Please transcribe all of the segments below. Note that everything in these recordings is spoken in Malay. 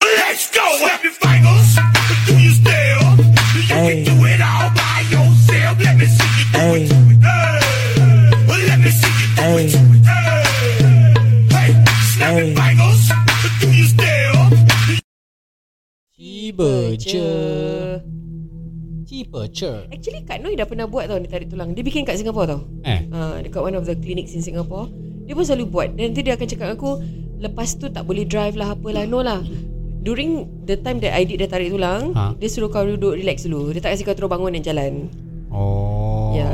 Let's go. Snap your fingers. Do you still? You Hey. can do it all by yourself. Let me see you do Hey. it. Do it. Hey. Well, let me see you do Hey. it. Do it. Hey. Hey. Snap your Hey. fingers. Do you still? Tiba je Tiba je Actually Kak Noi dah pernah buat tau Dia tarik tulang Dia bikin kat Singapura tau Eh uh, Dekat one of the clinics in Singapore Dia pun selalu buat Dan nanti dia akan cakap dengan aku Lepas tu tak boleh drive lah Apalah No lah During the time that I did Dia tarik tulang Ha. ha? Dia suruh kau duduk relax dulu Dia tak kasi kau terus bangun dan jalan Oh oh. Ya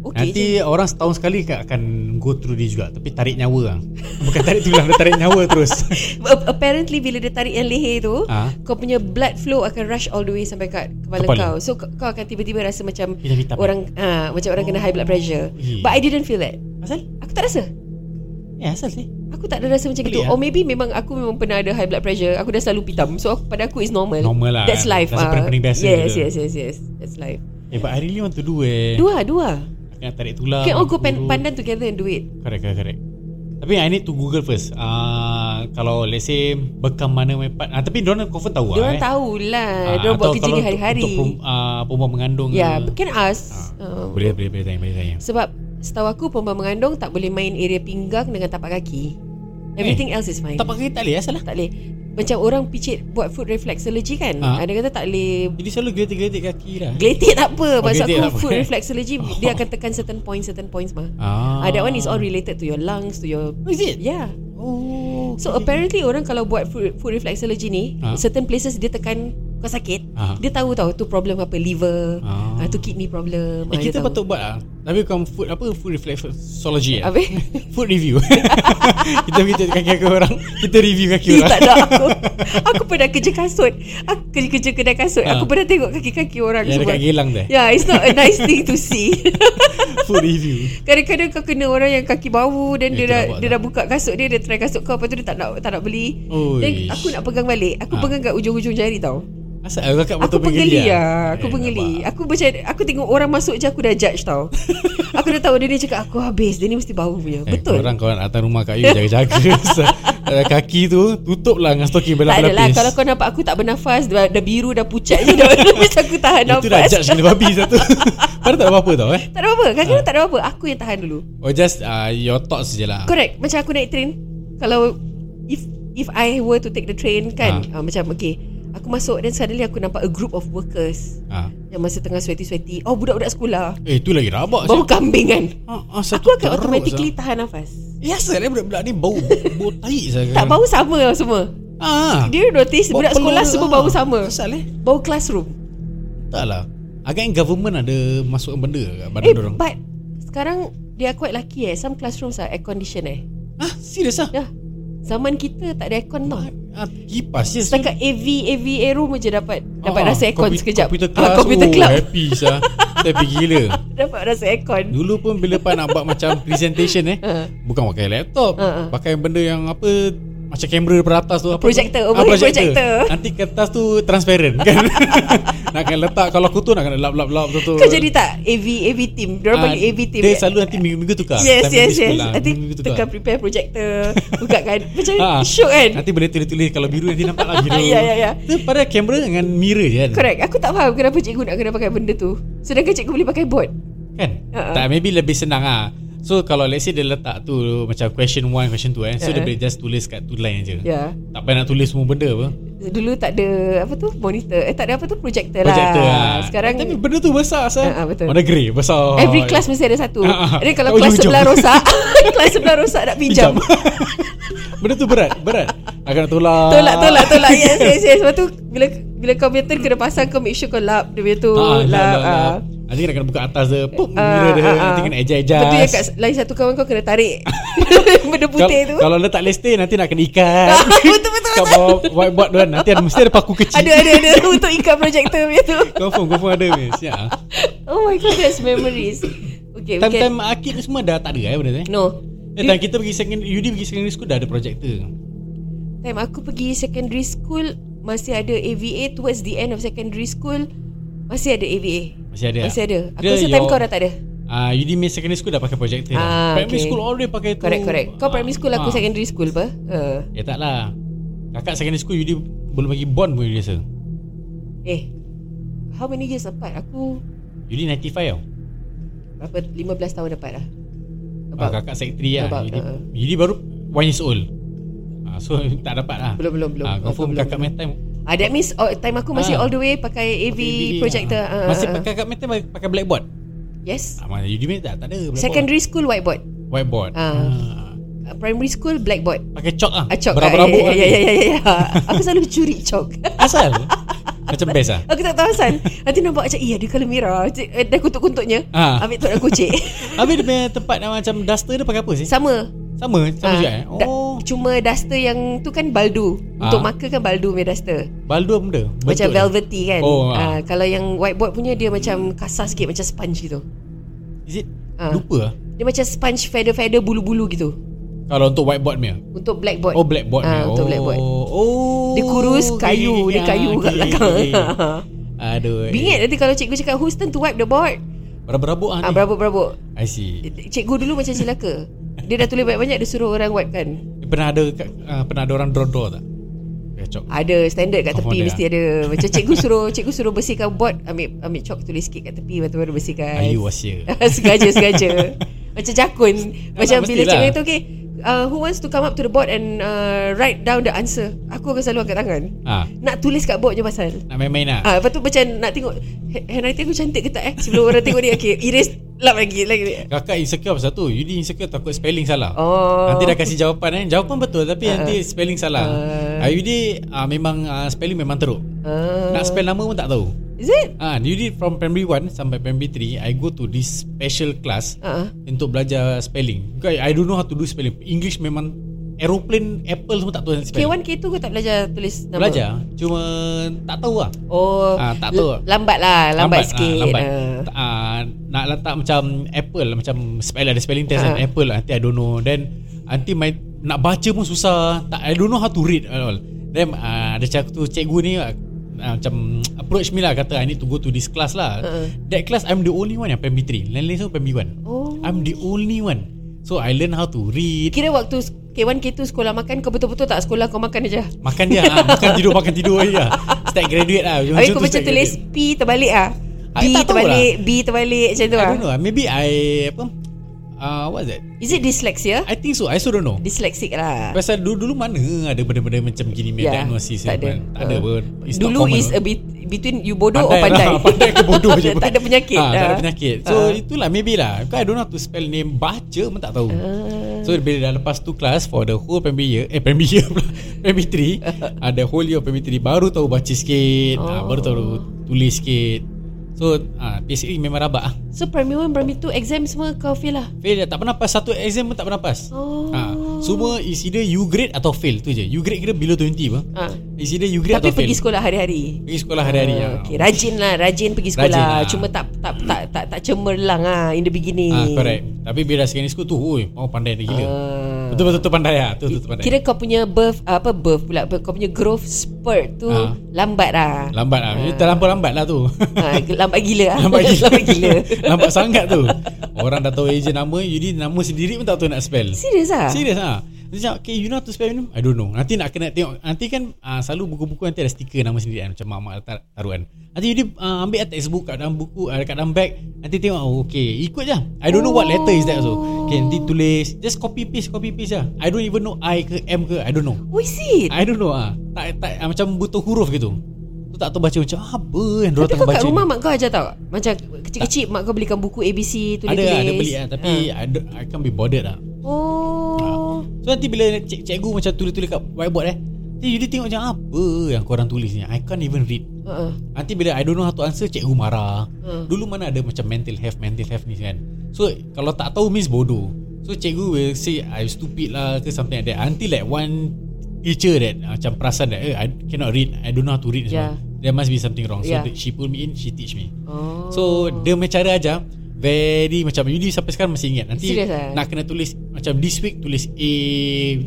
Okay Nanti je. orang setahun sekali kat- akan go through dia juga Tapi tarik nyawa lah Bukan tarik tulang Dia tarik nyawa terus A- Apparently bila dia tarik yang leher tu Ha. ha? Kau punya blood flow akan rush all the way Sampai kat kepala, Kepala. kepala. kau So k- kau akan tiba-tiba rasa macam Hitam-hitam. Orang ha, Macam orang oh. kena high blood pressure Ye. But I didn't feel that Asal? Aku tak rasa Eh asal sih? Aku tak ada rasa macam Pelik itu lah. Or maybe memang Aku memang pernah ada high blood pressure Aku dah selalu pitam So aku, pada aku is normal Normal lah, That's kan? life Rasa ah. pening-pening biasa Yes je. yes yes yes That's life Eh but I really want to do eh Dua dua Aku Nak tarik tulang Can all oh, go aku pan- duduk. pandan together and do it Correct correct correct tapi I need to Google first uh, Kalau let's say Bekam mana my part uh, Tapi diorang confirm tahu lah Diorang eh. tahulah Ah, atau Diorang buat kalau kerja ni untuk- Untuk hari-hari perem, uh, perempuan mengandung Ya yeah, ke. can ask Ah, uh, Boleh boleh boleh tanya, boleh tanya. Sebab setahu aku Perempuan mengandung Tak boleh main area pinggang Dengan tapak kaki Everything Eh. else is fine Tak pakai tak boleh asal lah Tak boleh Macam orang picit Buat foot reflexology kan Ah. ha. Dia kata tak boleh Jadi selalu geletik-geletik kaki lah Geletik tak apa Oh, Maksud geletik aku tak apa, food eh? reflexology Dia akan tekan certain points Certain points mah Ah. ah. That one is all related to your lungs To your Oh, is it? Yeah Oh So apparently orang kalau buat food, food reflexology ni Ah. Certain places dia tekan Kau sakit Ah. Dia tahu tau Tu problem apa Liver Ah. ah. Tu kidney Eh, problem ah, kita dia tahu. patut buat lah Tapi bukan food apa Food reflexology lah Habis? Food review Kita pergi tengok kaki-kaki orang Kita review kaki Eh, orang tak ada aku Aku pernah kerja kasut aku, Kerja-kerja kedai kasut Ah. Aku pernah tengok kaki-kaki orang Yang semua Ya. dekat Geylang tu eh? Yeah it's not a nice thing to see Food review Kadang-kadang kau kena orang yang kaki bau Dan Eh, dia tu dah, rabak dia tu. dah buka kasut dia Dia try kasut kau Lepas tu dia tak nak, tak nak beli Uish. Dan aku nak pegang balik Aku Ha. pegang kat ujung-ujung jari tau Asal aku kakak Aku betul penggeli lah Aku Eh, penggeli nampak. Aku macam Aku tengok orang masuk je Aku dah judge tau Aku dah tahu dia ni cakap Aku habis Dia ni mesti bau punya Eh, Betul Korang kawan atas rumah Kak Yu Jaga-jaga Asal- eh, Kaki tu Tutup lah Dengan stoking Tak belakang adalah Kalau kau nampak aku tak bernafas Dah, dah biru dah pucat je Dah habis aku tahan Itu dah nafas judge kena babi satu Padahal tak ada apa-apa tau eh Tak ada apa Kadang-kadang tak ada apa Aku yang tahan dulu Oh just uh, Your thoughts je lah Correct Macam aku naik train Kalau If if I were to take the train Kan Ah. ha. uh, Macam okay Aku masuk Then suddenly aku nampak A group of workers Ah. Yang masa tengah sweaty-sweaty Oh budak-budak sekolah Eh tu lagi rabak Bau kambing kan Ah, ah, Aku akan automatically tahan nafas Ya asal eh budak-budak ni bau Bau tahi saya Tak bau sama lah semua ah. Dia notice Bau Budak peluh sekolah lah. semua bau sama Asal eh Bau classroom Tak lah Agaknya government ada Masukkan benda kat badan Eh dorang but Sekarang They are quite lucky eh Some classrooms are air conditioned eh Ah serius lah Dah Zaman kita tak ada aircon tau ah, Kipas je Setakat AV AV room je dapat Dapat Ah, rasa aircon kompu- sekejap Computer Ah, class Computer oh, club Happy sah Tapi gila Dapat rasa aircon Dulu pun bila Pak nak buat macam presentation eh Ha. Bukan pakai laptop Ha, ha. Pakai benda yang apa Macam kamera daripada atas tu apa Projector, tu? Ah, overhead projector. Nanti kertas tu transparent kan Nak kena letak Kalau aku tu nak kena lap-lap-lap tu tu Kau jadi tak AV AV team Diorang Ah, panggil AV team Dia selalu nanti minggu-minggu tukar eh? Yes Time yes minggu yes sekolah, Nanti minggu-minggu tengah prepare projector Buka kan Macam Ah, syok kan Nanti boleh tulis-tulis Kalau biru nanti nampak lah biru Ya, ya, ya. Tu pada kamera dengan mirror je kan Correct Aku tak faham kenapa cikgu nak kena pakai benda tu Sedangkan cikgu boleh pakai board Kan Ha, ha. Tak maybe lebih senang ah. So kalau let's say dia letak tu Macam question one question two eh So dia Ha, ha. boleh just tulis kat tu line je Ya Tak payah nak tulis semua benda apa Dulu tak ada apa tu monitor Eh tak ada apa tu projector, Projector lah lah Sekarang Tapi benda tu besar asal Ha, ha, betul. Warna grey besar Every class mesti ada satu Ah, ah. Jadi kalau Kat kelas ujung-ujung. sebelah rosak Kelas sebelah rosak nak pinjam Benda tu berat Berat Akan nak tolak Tolak tolak tolak Yes yes yes Lepas tu Bila bila kau punya turn kena pasang Kau make sure kau lap Dia punya tu Ah, Lap ah. Nanti kena kena buka atas dia Puk Ah, Mirror dia ah, ah. Nanti kena Lepas tu yang adjust-adjust kat lain satu kawan kau kena tarik Benda putih Kal- tu Ah, Kalau letak lester Nanti nak kena ikat Betul, betul, betul. Kat bawah whiteboard tu kan Nanti ada, mesti ada paku kecil Ada ada ada Untuk ikat projector punya tu Confirm Confirm ada weh. Siap ah. Oh my god That's memories Okay we can Time-time akid ni semua Dah tak ada eh benda tu eh No Eh, time kita pergi second Yudi pergi secondary school Dah ada projector Time aku pergi secondary school Masih ada AVA Towards the end of secondary school Masih ada AVA Masih ada Masih ah? ada Aku Dia rasa time your- kau dah tak ada Ah, Yudi main secondary school Dah pakai projector dah. Ah, Primary okay. Oh, school all day pakai tu ah. Correct correct Kau primary school Aku Ah. secondary school apa uh. Eh tak lah Kakak secondary school Yudi belum bagi bond pun dia rasa. Eh How many years apart Aku Yudi 95 tau. Berapa 15 tahun apart lah Ah, kakak sec 3 lah. about, Yudi, uh. Yudi baru one years old. Ah, so tak dapat lah. Belum belum belum Ah, confirm Aku kakak main time. Ah, that means oh, time aku Ah. masih all the way pakai AV Pakai projector. ah. Ah, Masih ah, ah. pakai kakak main time pakai blackboard. Yes. Ah, mana Yudi main tak? Tak ada blackboard. Secondary school whiteboard. whiteboard. Ah. Ah. Ah, Primary school blackboard. Pakai chalk ah. Ah, chalk. Berabuk-berabuk. Ah, ya, ya, lagi. ya, ya, ya, ya. Aku selalu curi chalk. Asal. Macam best ah. Aku tak tahu asal. Nanti nampak macam, iya, dia colour merah. Cik, eh, Dah kutuk-kutuknya. Ah. Ambil tu nak kucik. Habis dia punya tempat yang macam duster dia pakai apa sih? Sama. Sama, sama juga eh. Ah. da- Oh, Cuma duster yang tu kan baldu. Ah. Untuk marker kan baldu punya duster. baldu apa benda? eh? Macam Bentuk dia. velvety kan. Oh, Ah, ah. kalau yang whiteboard punya, dia macam kasar sikit. Macam sponge gitu. Is it? Ah. Lupa ah. Dia macam sponge feather-feather bulu-bulu gitu. Kalau untuk whiteboard punya. Untuk blackboard. Oh, blackboard Ah, punya. untuk blackboard. Oh. eh, ya, Ah, Dia kurus kayu Dia kayu kat belakang Aduh. eh. Bingit nanti kalau cikgu cakap Who's turn to wipe the board Berabuk-berabuk ah. ah, ni. Berabuk-berabuk I see. Cikgu dulu macam celaka Dia dah tulis banyak-banyak Dia suruh orang wipe kan Pernah ada kat- ah, pernah ada orang draw-draw tak? Kacau. Ada standard kat Oh, tepi ada. Mesti ada Macam cikgu suruh Cikgu suruh bersihkan board Ambil ambil chalk tulis sikit kat tepi Lepas tu baru bersihkan Ayu wasia. Sengaja-sengaja Macam jakun Macam tak, bila mestilah. cikgu itu Okay uh, Who wants to come up to the board And uh, write down the answer Aku akan selalu angkat tangan Ah, Nak tulis kat board je pasal nak main-main ah. Ah, lepas tu macam nak tengok ha- handwriting aku cantik ke tak eh sebelum orang tengok ni okey erase lap lagi lagi. Kakak insecure pasal tu Yudi insecure takut spelling salah Oh. Nanti dah kasih jawapan eh Jawapan betul Tapi uh, nanti spelling salah Ah. uh, Yudi uh, memang uh, Spelling memang teruk Ah. uh, Nak spell nama pun tak tahu Is it? Ah, uh, Yudi from primary 1 Sampai primary 3 I go to this special class Ah. Untuk belajar spelling Because I don't know how to do spelling English memang Aeroplane Apple semua tak tahu spelling K1 K2 kau tak belajar tulis nama. Belajar Cuma tak tahu lah Oh. Ah, tak tahu. l- Lambat lah, lambat, sikit. ah, lambat. Ah. Uh. Uh, nak letak macam apple lah, macam spell ada spelling test uh. Ah. apple lah nanti I don't know then nanti my nak baca pun susah tak I don't know how to read at all then uh, ada cakap tu cikgu ni uh, uh, macam approach me lah kata I need to go to this class lah uh. Ah. that class I'm the only one yang primary 3 lain-lain semua primary 1 Oh. I'm the only one so I learn how to read Kira waktu s- K1 K2 sekolah makan kau betul-betul tak sekolah kau makan aja. makan je ah, makan tidur makan tidur aja start graduate lah Habis kau tu macam start tulis graduate. P terbalik ah. Ah, B tak tahu terbalik, B terbalik macam tu I ah. don't know maybe I apa uh, what's that Is it dyslexia? I think so I also don't know Dyslexic lah. Pasal dulu-dulu mana ada benda-benda macam gini punya Ya, diagnosis tak ada. Tak ada Ah. pun It's not Dulu common is pun. a bit between you bodoh or Pandai pandai. lah, Pandai ke bodoh je tak ada penyakit. ha, Tak ada Ah. penyakit So Ah. itulah maybe lah Because I don't know how to spell name Baca pun tak tahu Ah. So bila dah lepas tu kelas For the whole primary year Eh primary year pula Primary 3 uh, The whole year of primary 3 Baru tahu baca sikit oh. Oh. Baru tahu tulis sikit So uh, basically memang rabak lah So primary 1, primary 2 exam semua kau fail lah. Fail tak pernah pass Satu exam pun tak pernah pass Oh. ha, Semua is either you grade atau fail tu je You grade kira bila 20 pun Ah. Is either you grade Tapi atau fail pergi sekolah hari-hari. Pergi sekolah hari-hari Ah, ah, okay. Rajin lah Rajin pergi sekolah Rajin lah. Cuma tak tak tak tak, tak cemerlang ah In the beginning Ah, correct Tapi bila secondary school tu Ui oh, pandai dah gila Betul-betul tu pandai lah Betul-betul tu pandai Ah. Kira kau punya birth ah, Apa birth pula Kau punya growth spurt tu Ah. Lambat lah Lambat lah uh. Terlampau lambat lah tu Ah, Lambat gila ah. Lambat gila Lambat gila Lambat sangat tu Orang dah tahu agent nama Yudi nama sendiri pun tak tahu nak spell Serius ah? Serius lah Dia cakap Okay you know how to spell your name I don't know Nanti nak kena tengok Nanti kan uh, Selalu buku-buku nanti ada stiker Nama sendiri kan Macam mak-mak tar- taruhan Nanti you uh, ambil textbook Kat dalam buku uh, Kat dalam bag Nanti tengok oh, Okay ikut je I don't know what letter is that also Okay nanti tulis Just copy paste Copy paste lah I don't even know I ke M ke I don't know Oh is it? I don't know ah. Tak, tak ah, Macam buta huruf gitu Tu tak tahu baca macam "Ah, Apa yang Tapi dorang kau tengah baca kat ni? rumah mak kau ajar tau Macam kecil-kecil Mak kau belikan buku ABC Tulis-tulis Ada lah ada beli lah Tapi I, don't, I can't be bothered lah Ah. Oh So nanti bila cik, cikgu macam tulis-tulis kat whiteboard eh Nanti you dia tengok macam apa yang korang tulis ni I can't even read Ah, ah. Nanti bila I don't know how to answer Cikgu marah Hmm. Dulu mana ada macam mental health Mental health ni kan So kalau tak tahu means bodoh So cikgu will say I stupid lah ke something like that Until like one teacher that uh, Macam perasan that eh, I cannot read I don't know how to read Yeah. yeah. There must be something wrong So Yeah. yeah. she pull me in She teach me Oh. So dia punya cara ajar Very macam Yudi sampai sekarang masih ingat Nanti Serious eh? nak kena tulis Macam this week tulis A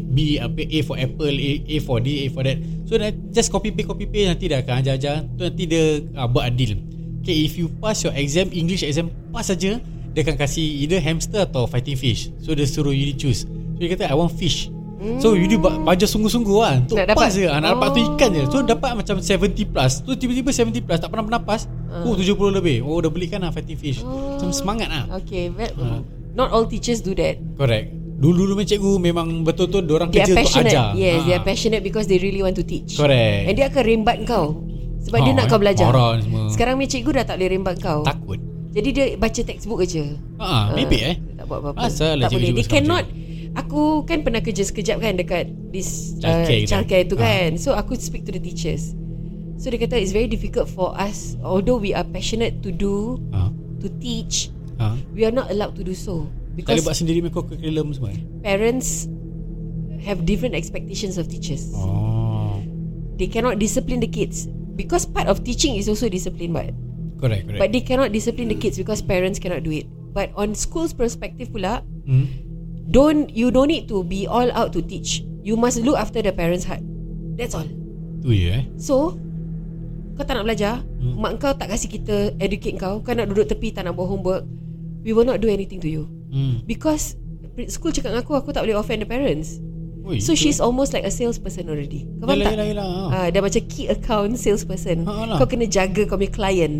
B apa A for apple A, A for D A for that So dah- just copy paste copy paste Nanti dia akan ajar-ajar Tu nanti dia uh, buat adil Okay if you pass your exam English exam Pass saja Dia akan kasih either hamster atau fighting fish So dia suruh Yudi choose So dia kata I want fish So you dia ba- bajar sungguh-sungguh lah Untuk Nak nak dapat. dapat. je ah, Nak dapat tu Oh. ikan je So dapat macam 70 plus Tu tiba-tiba 70 plus Tak pernah bernapas Ah. Oh 70 lebih Oh dah belikan lah fatty fish Oh. Macam semangat lah Okay ve- Ah. Not all teachers do that Correct Dulu-dulu punya cikgu Memang betul-betul Diorang kerja They are untuk passionate ajar Yes Ah. they are passionate Because they really want to teach Correct. And dia akan rembat kau Sebab dia Ah, nak eh, kau belajar marah ni semua. Sekarang punya cikgu dah tak boleh rembat kau Takut Jadi dia baca textbook aja Ah, Bebek eh Tak buat apa-apa Asal lah Tak cikgu-cikgu boleh They sekarang cannot Aku kan pernah kerja sekejap kan Dekat this Childcare uh, kita. childcare tu Ah. kan So aku speak to the teachers So dia kata It's very difficult for us Although we are passionate to do ah. To teach Ah. We are not allowed to do Tak so boleh Because buat sendiri Mereka curriculum semua eh? parents Have different expectations of teachers Oh They cannot discipline the kids Because part of teaching is also discipline but Correct correct But they cannot discipline the kids Because parents cannot do it But on school's perspective pula hmm. don't you don't need to be all out to teach. You must look after the parents' heart. That's all. Tu je eh So, kau tak nak belajar, hmm. mak kau tak kasi kita educate kau, kau nak duduk tepi tak nak buat homework, we will not do anything to you. hmm. Because pri- school cakap dengan aku aku tak boleh offend the parents. Ui, So tu- she's almost like a salesperson already. Kau Yelah, faham tak? yelah, yelah, ah. Ah, dah macam key account salesperson. Ah, lah. Kau kena jaga kau punya client.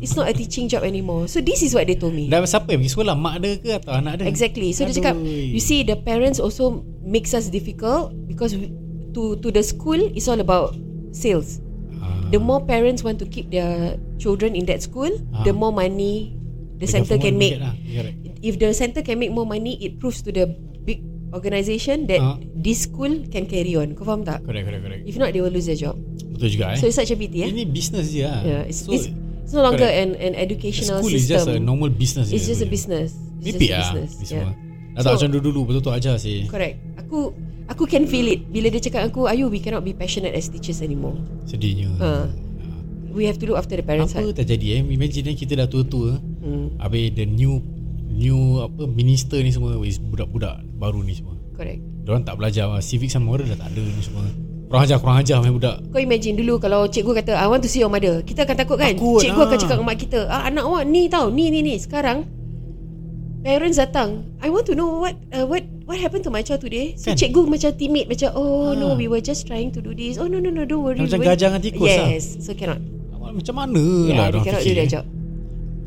It's not a teaching job anymore. So this is what they told me. Dah siapa yang pergi sekolah Mak dia ke atau anak dia Exactly. So Aduh. dia cakap, you see the parents also makes us difficult because we, to to the school it's all about sales. ah. The more parents want to keep their children in that school, Ah. the more money the Pegang center can phone make. budget lah. Correct. If the center can make more money, it proves to the big organisation that Ah. this school can carry on. Kau faham tak? Correct, correct, correct. If not, they will lose their job. Betul juga eh. So it's such a pity, eh? Ini business je lah. yeah, it's, so, it's, it's no longer correct. an, an educational school system. is just a normal business It's je just a boleh. business. It's just Mimpi a lah business, ni yeah. semua. Dah tak So- macam dulu betul-betul ajar sih. Correct. Aku aku can feel it bila dia cakap aku, Ayu, we cannot be passionate as teachers anymore. Sedihnya. Ha. Ah. We have to look after the parents' Apa heart. terjadi eh? Imagine eh, kita dah tua-tua. Hmm, Habis the new new apa minister ni semua is budak-budak baru ni semua. correct. Diorang tak belajar lah. Civic sama moral dah tak ada ni semua. Kurang ajar, kurang ajar main budak. Kau imagine dulu kalau cikgu kata, I want to see your mother. Kita akan takut kan? Takut, cikgu akan ah. cakap dengan mak kita, ah, anak awak ni tau, ni ni ni. Sekarang, parents datang. I want to know what uh, what what happened to my child today. So Kan? cikgu macam timid, macam, oh Ah. no, we were just trying to do this. Oh no, no, no, don't worry. Macam we will-" gajah dengan tikus lah. Yes, so cannot. Macam mana lah Yeah, they diorang Ya, cannot do fikir. their eh. job.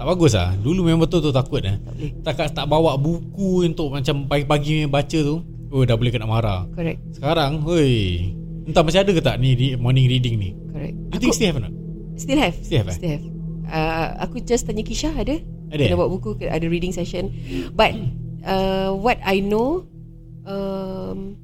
Tak bagus lah Dulu memang betul-betul takut lah Tak boleh. tak, tak bawa buku untuk macam pagi-pagi yang baca tu Oh dah boleh kena marah Correct, Sekarang Hoi Entah masih ada ke tak ni re- Morning reading ni correct. You think still have or not? Still have. Still have, eh? Still have. Uh, aku just tanya Kisha ada? Ada, Kena eh? buat buku, ke- ada reading session. But uh, what I know, um,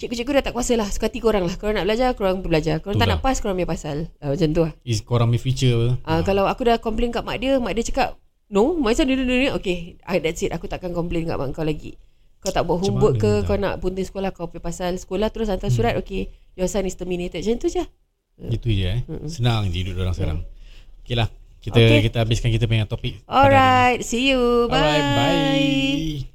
cikgu-cikgu dah tak kuasa lah. Suka hati korang lah. Korang nak belajar, korang belajar. Korang tak Itulah. nak pas, korang punya pasal. Uh, macam tu lah. Is korang punya feature apa Ah, Uh, Kalau aku dah complain kat mak dia, mak dia cakap, no, macam dulu-dulu Okay, I, that's it. Aku takkan complain kat mak kau lagi. Kau tak buat Macam homework mana Hmm. ke, kau nak punting sekolah, kau punya pasal sekolah terus hantar surat, okay, your son is terminated. Macam tu je. Itu je eh Senang je hidup Ya. orang sekarang Okay lah kita, Okay. kita habiskan kita punya topik pada hari ni. Alright, see you. Bye. Alright, Bye